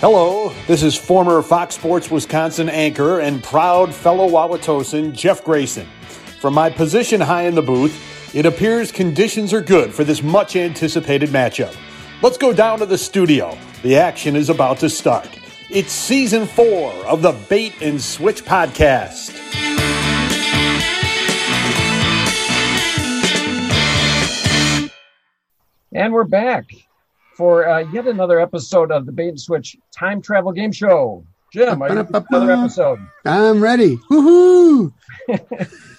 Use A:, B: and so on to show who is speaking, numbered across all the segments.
A: Hello, this is former Fox Sports Wisconsin anchor and proud fellow Wauwatosan Jeff Grayson. From my position high in the booth, it appears conditions are good for this much anticipated matchup. Let's go down to the studio. The action is about to start. It's season four of the Bait and Switch podcast.
B: And we're back for uh, yet another episode of the Bait and Switch Time Travel Game Show. Jim, are you ready for another episode?
C: I'm ready. Woohoo!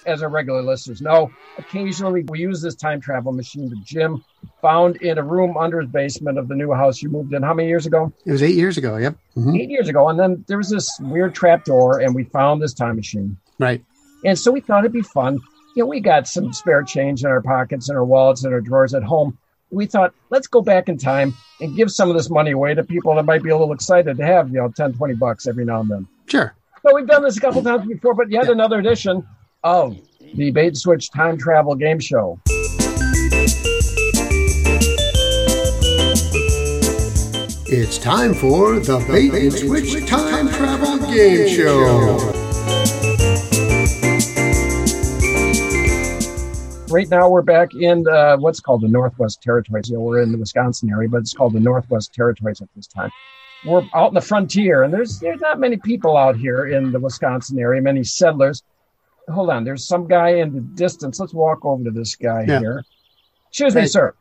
B: As our regular listeners know, occasionally we use this time travel machine that Jim found in a room under his basement of the new house you moved in how many years ago?
C: It was eight years ago. Yep. Mhm.
B: Eight years ago. And then there was this weird trap door, and we found this time machine.
C: Right.
B: And so we thought it'd be fun. You know, we got some spare change in our pockets and our wallets and our drawers at home. We thought, let's go back in time and give some of this money away to people that might be a little excited to have, you know, 10, 20 bucks every now and then.
C: Sure.
B: So we've done this a couple times before, but yet another edition of the Bait and Switch Time Travel Game Show.
C: It's time for the Bait and Switch Time Travel Game Show.
B: Right now, we're back in uh, what's called the Northwest Territories. You know, we're in the Wisconsin area, but it's called the Northwest Territories at this time. We're out in the frontier, and there's there's not many people out here in the Wisconsin area. Many settlers. Hold on, there's some guy in the distance. Let's walk over to this guy
C: Yeah.
B: here. Excuse me,
C: Hey.
B: sir.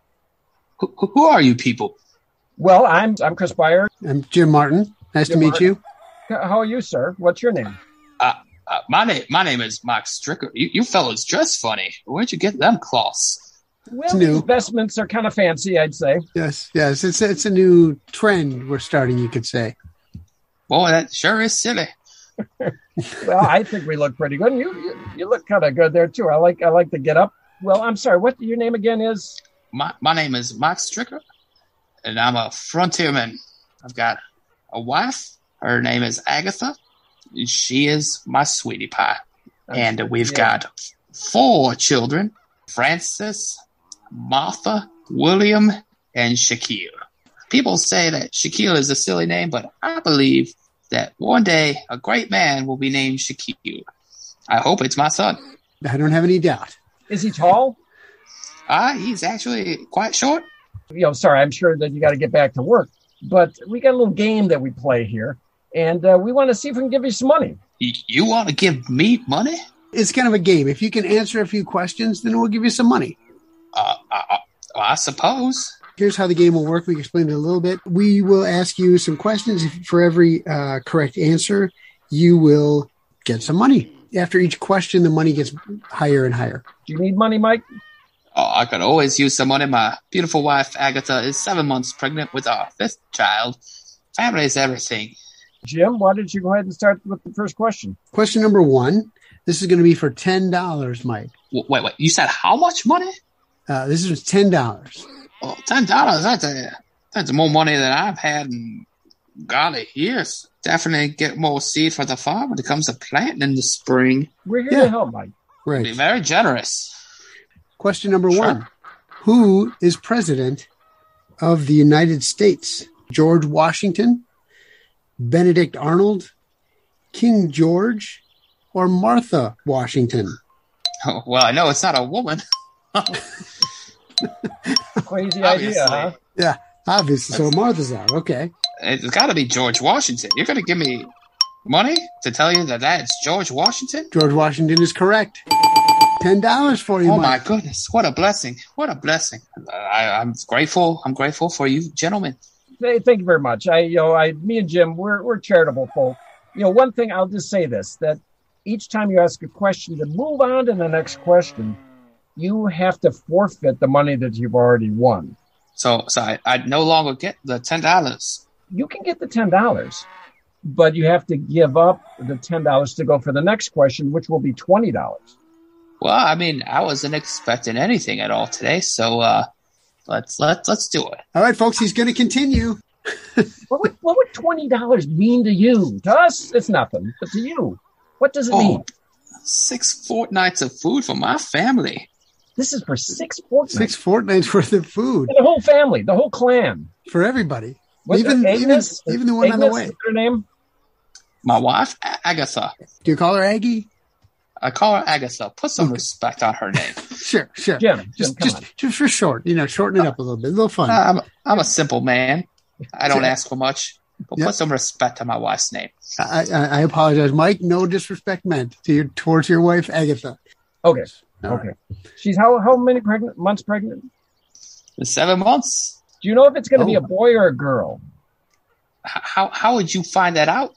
D: Who, who are you people?
B: Well, I'm I'm Chris Byer.
C: I'm Jim Martin. Nice
B: Jim
C: to meet
B: Martin.
C: you.
B: How are you, sir? What's your name?
D: Uh, my name, my name is Mike Stricker. You, you fellas dress funny. Where'd you get them cloths?
B: Well,
C: new.
B: these vestments are kind of fancy, I'd say.
C: Yes, yes. It's it's a new trend we're starting. You could say.
D: Boy, that sure is silly.
B: Well, I think we look pretty good. And you, you, you look kind of good there too. I like, I like the get up. Well, I'm sorry. What your name again is?
D: My my name is Mike Stricker, and I'm a frontierman. I've got a wife. Her name is Agatha. and She is my sweetie pie, and we've
B: yeah.
D: got four children: Francis, Martha, William, and Shaquille. People say that Shaquille is a silly name, but I believe that one day a great man will be named Shaquille. I hope it's my son.
C: I don't have any doubt.
B: Is he tall?
D: Ah, he's actually quite short.
B: You know, sorry. I'm sure that you got to get back to work, but we got a little game that we play here, and uh, we want to see if we can give you some money.
D: You, you want to give me money?
C: It's kind of a game. If you can answer a few questions, then we'll give you some money.
D: Uh, I, I, I suppose.
C: Here's how the game will work. We explained it a little bit. We will ask you some questions. If- For every uh, correct answer, you will get some money. After each question, the money gets higher and higher.
B: Do you need money, Mike?
D: Oh, I could always use some money. My beautiful wife, Agatha, is seven months pregnant with our fifth child. Family is everything.
B: Jim, why don't you go ahead and start with the first question?
C: Question number one. This is going to be for ten dollars, Mike.
D: W- Wait, wait. You said how much money?
C: Uh, this is ten dollars.
D: Oh, ten dollars. That's a, that's more money than I've had in golly years. Definitely get more seed for the farm when it comes to planting in the spring.
B: We're here
C: Yeah.
B: to help, Mike.
D: Be
C: Right.
D: very generous.
C: Question number
D: Sure.
C: one. Who is president of the United States? George Washington, Benedict Arnold, King George, or Martha Washington?
D: Oh, well, I know it's not a woman.
B: Crazy
D: Obviously.
B: idea, huh?
C: Obviously, so Martha's out. Okay.
D: It's got to be George Washington. You're going to give me money to tell you that that's George Washington?
C: George Washington is correct. Ten dollars for you,
D: Oh my
C: Mike.
D: goodness! What a blessing! What a blessing! I, I'm grateful. I'm grateful for you, gentlemen.
B: Hey, thank you very much. I, you know, I, me and Jim, we're we're charitable folk. You know, one thing I'll just say this: that each time you ask a question to move on to the next question, you have to forfeit the money that you've already won.
D: So, so I, I no longer get the ten dollars.
B: You can get the ten dollars, but you have to give up the ten dollars to go for the next question, which will be twenty dollars.
D: Well, I mean, I wasn't expecting anything at all today. So, uh, let's let's let's do it.
C: All right, folks, he's going to continue.
B: What would what would twenty dollars mean to you? To us, it's nothing, but to you, what does it mean?
D: Oh, six fortnights of food for my family.
B: This is for six fortnights.
C: Six fortnights worth of food
B: the whole family, the whole clan.
C: for everybody.
B: What's
C: Even-
B: her-
C: even-
B: Agnes?
C: even the one on the
B: Agnes
C: way.
B: is her name?
D: My wife, A- Agatha.
C: Do you call her Aggie?
D: I call her Agatha. Put some respect on her name.
C: Sure, sure.
B: Jim. Jim,
C: just,
B: come Ah.
C: just, just for short, you know, shorten it up a little bit, a little fun.
D: I'm, I'm a simple man. I don't
C: Yeah.
D: ask for much. But
C: Yeah.
D: put some respect on my wife's name.
C: I, I, I apologize, Mike. No disrespect meant to your towards your wife, Agatha.
B: on. Okay.
C: All
B: okay. She's how how many pregnant months pregnant?
D: In seven months,
B: Do you know if it's going to be
C: Oh.
B: a boy or a girl?
D: h- how how would you find that out?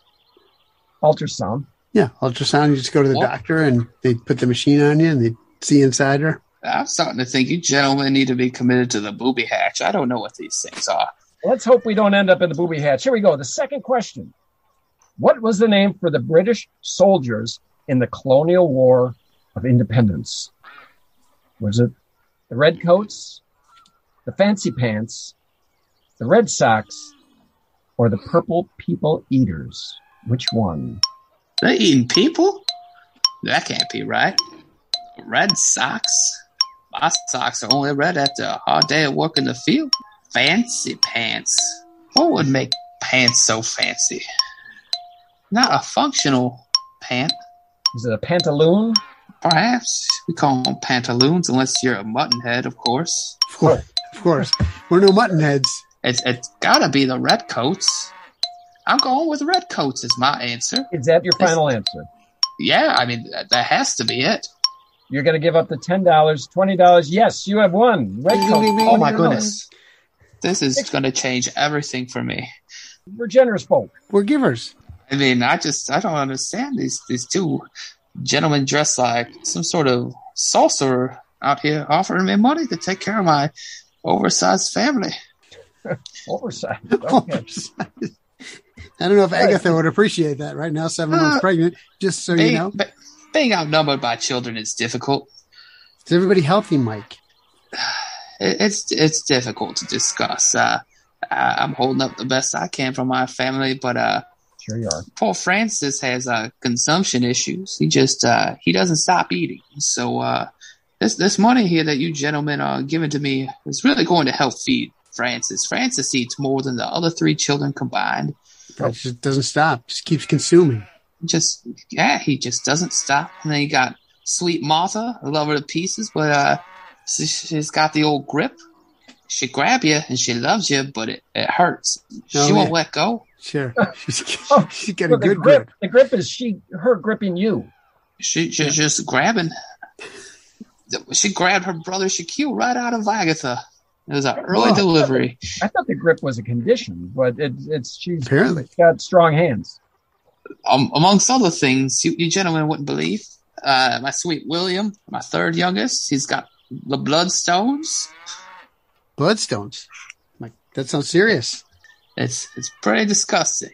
B: Ultrasound.
C: Yeah, ultrasound. You just go to the
D: Well-
C: doctor, and they put the machine on you, and they see inside her.
D: I'm starting to think you gentlemen need to be committed to the booby hatch. I don't know what these things are.
B: Let's hope we don't end up in the booby hatch. Here we go. The second question. What was the name for the British soldiers in the colonial war of independence? Was it the Redcoats, the Fancy Pants, the Red Sox, or the Purple People Eaters? Which one?
D: They're eating people? That can't be right. Red socks? My socks are only red after a hard day of work in the field. Fancy pants. What would make pants so fancy? Not a functional pant.
B: Is it a pantaloon?
D: Perhaps we call them pantaloons, unless you're a muttonhead, of course.
C: Of course, of course. We're no mutton heads.
D: It's, it's gotta be the redcoats. I'm going with redcoats is my answer.
B: Is that your final answer?
D: Yeah, I mean that, that has to be it.
B: You're going to give up the $10, $20. Yes, you have won. Redcoats.
D: Oh my
B: $20.
D: goodness, this is going to change everything for me.
B: We're generous folk.
C: We're givers.
D: I mean, I just I don't understand these these two gentlemen dressed like some sort of sorcerer out here offering me money to take care of my oversized family.
B: Oversight.
C: I
B: Okay.
C: Oh, don't know if Agatha would appreciate that right now, seven months
D: Uh,
C: pregnant. Just so you
D: Being,
C: know,
D: be- being outnumbered by children is difficult.
C: is everybody healthy, Mike?
D: It, it's it's difficult to discuss. Uh, I, I'm holding up the best I can for my family, but uh,
B: Sure you are.
D: Paul Francis has uh, consumption issues. He just uh, he doesn't stop eating. So uh, this this money here that you gentlemen are giving to me is really going to help feed Francis. Francis eats more than the other three children combined.
C: It just doesn't stop. Just keeps consuming.
D: Just yeah, he just doesn't stop. And then you got sweet Martha, I love her to pieces, but uh, she, she's got the old grip. She grab you and she loves you, but it, it hurts.
C: Oh,
D: she won't
C: yeah.
D: let go.
C: Sure, she's,
B: Oh,
C: she's got a
B: Well, the
C: good
B: grip.
C: grip.
B: The grip is she her gripping you.
D: She, she's just grabbing. She grabbed her brother Shaquille right out of Agatha. It was an early
B: Wow.
D: delivery.
B: I thought the grip was a condition, but it, it's she's
C: Apparently,
B: got strong hands.
D: Um, amongst other things, you, you gentlemen wouldn't believe. Uh, my sweet William, my third youngest, he's got the bloodstones.
C: bloodstones. Mike, that sounds serious.
D: It's it's pretty disgusting.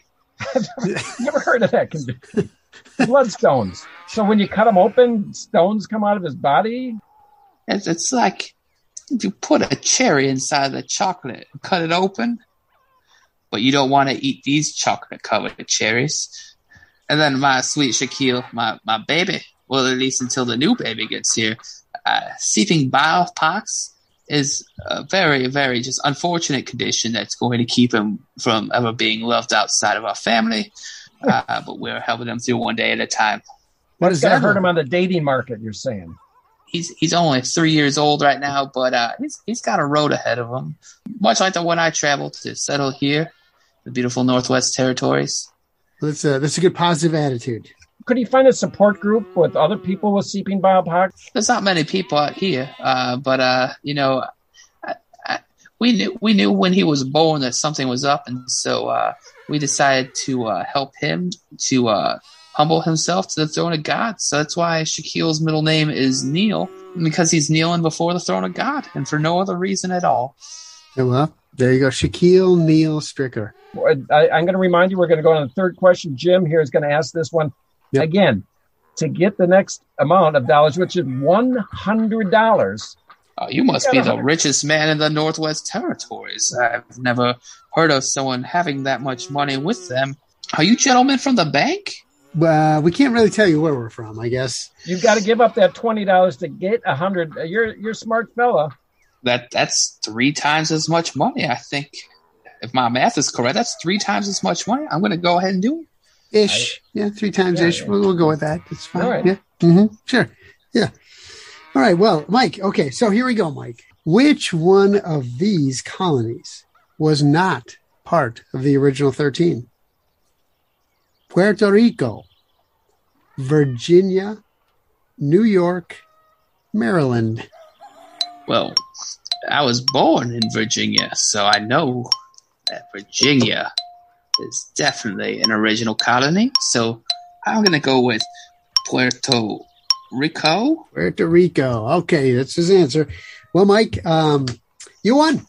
B: Never heard of that condition. Bloodstones. So when you cut him open, stones come out of his body.
D: It's, it's like if you put a cherry inside the chocolate, cut it open, but you don't want to eat these chocolate covered cherries. And then my sweet Shaquille, my, my baby, well, at least until the new baby gets here, uh, seeping bile pox is a very, very just unfortunate condition that's going to keep him from ever being loved outside of our family. Uh, but we're helping him through one day at a time.
C: What
B: It's
C: does
B: gonna
C: that
B: hurt him
C: look?
B: on the dating market. You're saying
D: he's he's only three years old right now, but uh, he's he's got a road ahead of him. Much like the one I traveled to settle here, the beautiful Northwest Territories.
C: That's a that's a good positive attitude.
B: could he find a support group with other people with seeping bile pox?
D: There's not many people out here, uh, but uh, you know, I, I, we knew we knew when he was born that something was up, and so uh, we decided to uh, help him to uh, humble himself to the throne of God. So that's why Shaquille's middle name is Neil, because he's kneeling before the throne of God, and for no other reason at all.
C: Yeah, Oh, well, there you go. Shaquille Neal Stricker.
B: I, I'm going to remind you. We're going to go on the third question. Jim here is going to ask this one
C: Yep.
B: again to get the next amount of dollars, which is one hundred dollars.
D: Oh, you must be
B: got a
D: the
B: hundred-
D: richest man in the Northwest Territories. I've never heard of someone having that much money with them. Are you gentlemen from the bank?
C: Uh, we can't really tell you where we're from, I guess.
B: You've got to give up that twenty dollars to get a hundred. You're you're a smart fella.
D: That that's three times as much money, I think. if my math is correct, that's three times as much money. I'm going to go ahead and do it.
C: ish. yeah, three times
B: Yeah,
C: ish.
B: yeah.
C: We'll, we'll go with that. It's fine.
B: All right.
C: Yeah. Mm-hmm. Sure. Yeah. All right. Well, Mike. Okay. So here we go, Mike. Which one of these colonies was not part of the original 13? Puerto Rico, Virginia, New York, Maryland.
D: Well, I was born in Virginia, so I know that Virginia is definitely an original colony. So I'm going to go with Puerto Rico.
C: Puerto Rico. Okay. That's his answer. Well, Mike, um, you won.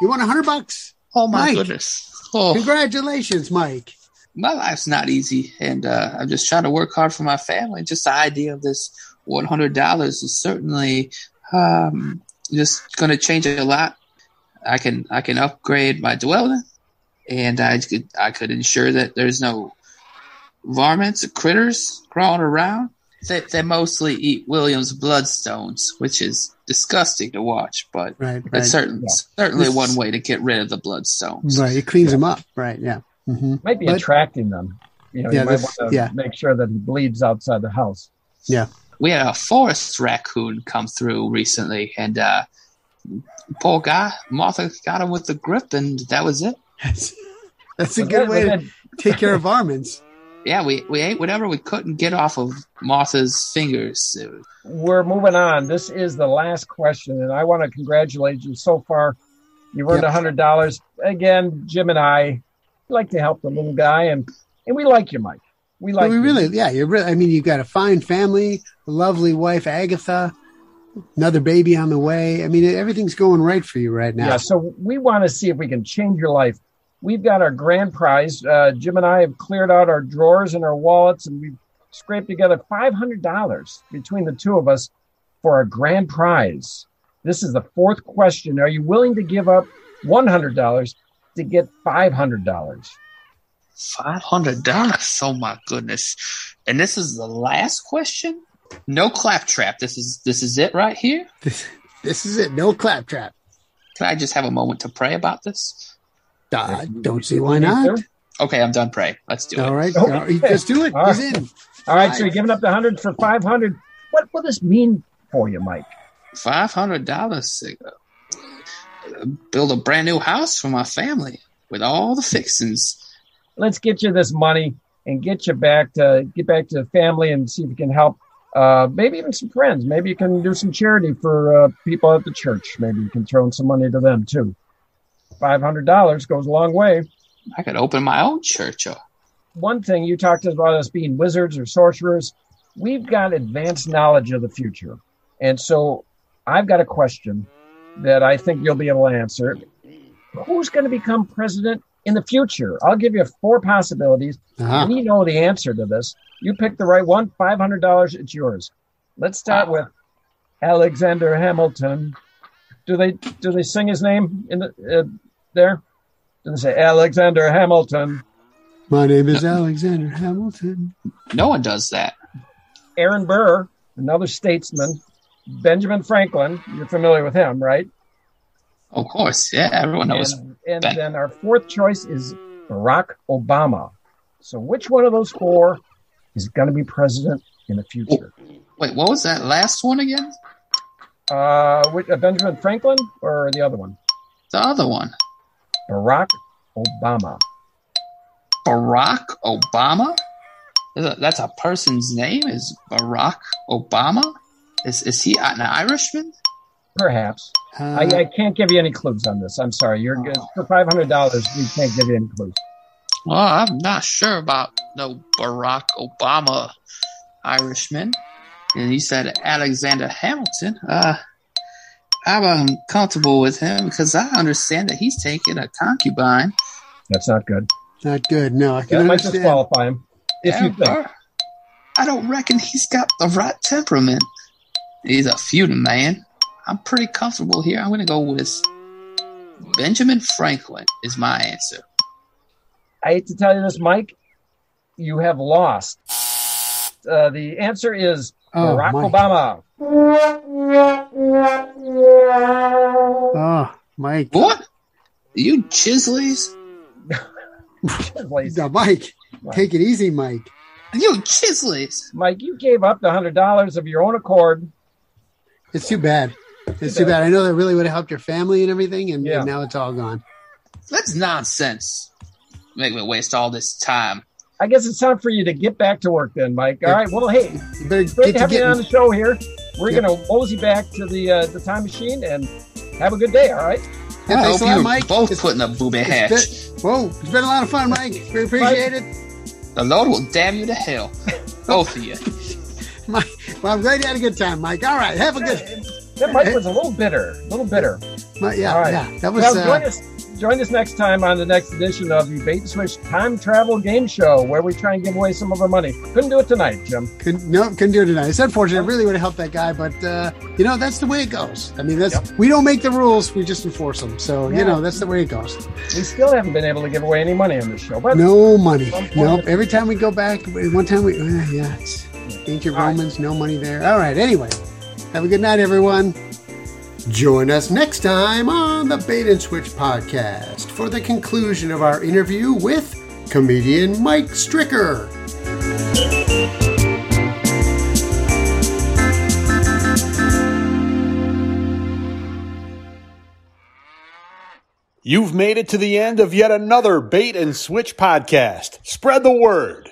C: You won 100 bucks.
D: Oh my
C: Mike.
D: goodness. Oh,
C: Congratulations, Mike.
D: my life's not easy, and uh, I'm just trying to work hard for my family. Just the idea of this $100 is certainly um, just going to change a lot. I can I can upgrade my dwelling, and I could I could ensure that there's no varmints or critters crawling around. They, they mostly eat William's bloodstones, which is disgusting to watch, but
C: Right. right.
D: it's certain, certainly
C: This-
D: one way to get rid of the bloodstones.
C: Right, it cleans them up. Right, yeah. hmm
B: Might be
C: But-
B: attracting them. You know,
C: Yeah,
B: you might
C: this-
B: want to
C: yeah.
B: make sure that he bleeds outside the house.
D: we had a forest raccoon come through recently, and uh, poor guy, Martha got him with the grip, and that was it.
C: That's, that's a
B: Was
C: good
B: that-
C: way
B: was
C: to
B: that-
C: take care of varmints.
D: Yeah, we, we ate whatever we couldn't get off of Martha's fingers. It was-
B: we're moving on. This is the last question, and I want to congratulate you so far. You've earned a
C: Yep.
B: hundred dollars again. Jim and I like to help the little guy, and and we like you, Mike. We like
C: But we
B: you.
C: really, yeah, you're really, I mean, you've got a fine family, a lovely wife, Agatha, another baby on the way. I mean, everything's going right for you right now.
B: Yeah, so we want to see if we can change your life. We've got our grand prize. Uh, Jim and I have cleared out our drawers and our wallets, and we've scraped together $500 between the two of us for our grand prize. This is the fourth question. Are you willing to give up $100 to get $500?
D: $500. Oh, my goodness. And this is the last question? No claptrap. This is this is it right here.
C: This, this is it. No claptrap.
D: Can I just have a moment to pray about this?
C: Uh, don't see why not.
D: Okay, I'm done praying. Let's do
C: All
D: it.
C: right.
B: Okay.
C: all right, Just do it.
B: All
C: He's
B: right.
C: in.
B: All right, so you're giving up the 100 for 500. What will this mean for you, Mike?
D: five hundred dollars build a brand new house for my family with all the fixings.
B: let's get you this money and get you back to get back to the family and see if you can help uh, maybe even some friends maybe you can do some charity for uh, people at the church maybe you can throw in some money to them too $500 goes a long way
D: I could open my own church. Up.
B: one thing you talked about us being wizards or sorcerers we've got advanced knowledge of the future and so i've got a question that i think you'll be able to answer who's going to become president in the future i'll give you four possibilities
C: Uh-huh.
B: we know the answer to this. You picked the right one. Five hundred dollars. It's yours. Let's start
D: Wow.
B: with Alexander Hamilton. Do they do they sing his name in the uh, there? Do they say Alexander Hamilton?
C: My name is Alexander Hamilton.
D: No one does that.
B: Aaron Burr, another statesman. Benjamin Franklin. You're familiar with him, right?
D: Of course, yeah, everyone knows.
B: And, and
D: Ben.
B: then our fourth choice is Barack Obama. So which one of those four is going to be president in the future?
D: Wait, what was that last one again?
B: Uh, which, uh, Benjamin Franklin or the other one?
D: The other one,
B: Barack Obama.
D: Barack Obama. Is that- That's a person's name. Is Barack Obama? Is is he an Irishman?
B: Perhaps.
C: Uh,
B: I, I can't give you any clues on this. I'm sorry. You're good. For $500, we can't give you any clues.
D: Well, I'm not sure about no Barack Obama Irishman. And you said Alexander Hamilton. Uh, I'm uncomfortable with him because I understand that he's taking a concubine.
B: That's not good.
C: not good. No, I can
B: That might
C: understand.
B: disqualify him. If you
D: And,
B: think.
D: uh, I don't reckon he's got the right temperament. He's a feuding man. I'm pretty comfortable here. I'm going to go with Benjamin Franklin is my answer.
B: I hate to tell you this, Mike. You have lost. Uh, the answer is
C: Oh,
B: Barack
C: Mike.
B: Obama.
C: Oh, Mike.
D: What? You Chisleys?
B: Please.
C: Now, Mike,
B: Mike.
C: take it easy, Mike.
D: You Chisleys?
B: Mike, you gave up the hundred dollars of your own accord.
C: It's too bad. It's too bad. I know that really would have helped your family and everything, and,
B: Yeah.
C: and now it's all gone.
D: That's nonsense. Make me waste all this time.
B: I guess it's time for you to get back to work then, Mike. All
C: Yeah.
B: right. Well, hey,
C: You better
B: great
C: get
B: to
C: to
B: have you on
C: getting.
B: the show here. We're
C: Yeah.
B: gonna mosey back to the uh, the time machine and have a good day. All right.
C: Yeah,
D: I
C: thanks
D: hope
C: a lot,
D: you're
C: Mike.
D: both
C: It's-
D: putting a booby hatch.
C: it's been, whoa, it's been a lot of fun, Mike. We appreciate it.
D: The Lord will damn you to hell. Both of you.
C: Mike, well, I'm glad you had a good time, Mike. All right, have a good.
B: That Mike was a little bitter, a little bitter.
C: My, yeah,
B: All right.
C: yeah, that was.
B: Well,
C: uh,
B: join us join us next time on the next edition of the Bait and Switch Time Travel Game Show, where we try and give away some of our money. Couldn't do it tonight, Jim.
C: Couldn't, no, couldn't do it tonight. It's unfortunate. It really would have helped that guy, but uh, you know that's the way it goes. I mean, that's we don't make the rules; we just enforce them. So
B: Yeah.
C: you know that's the way it goes.
B: We still haven't been able to give away any money on this show, but
C: No money.
B: Unfortunate.
C: Nope. Every time we go back, one time we uh, yeah, it's ancient
B: All right.
C: Romans. No money there. All right. Anyway, have a good night, everyone. Join us next time on the Bait and Switch podcast for the conclusion of our interview with comedian Mike Stricker.
A: You've made it to the end of yet another Bait and Switch podcast. Spread the word.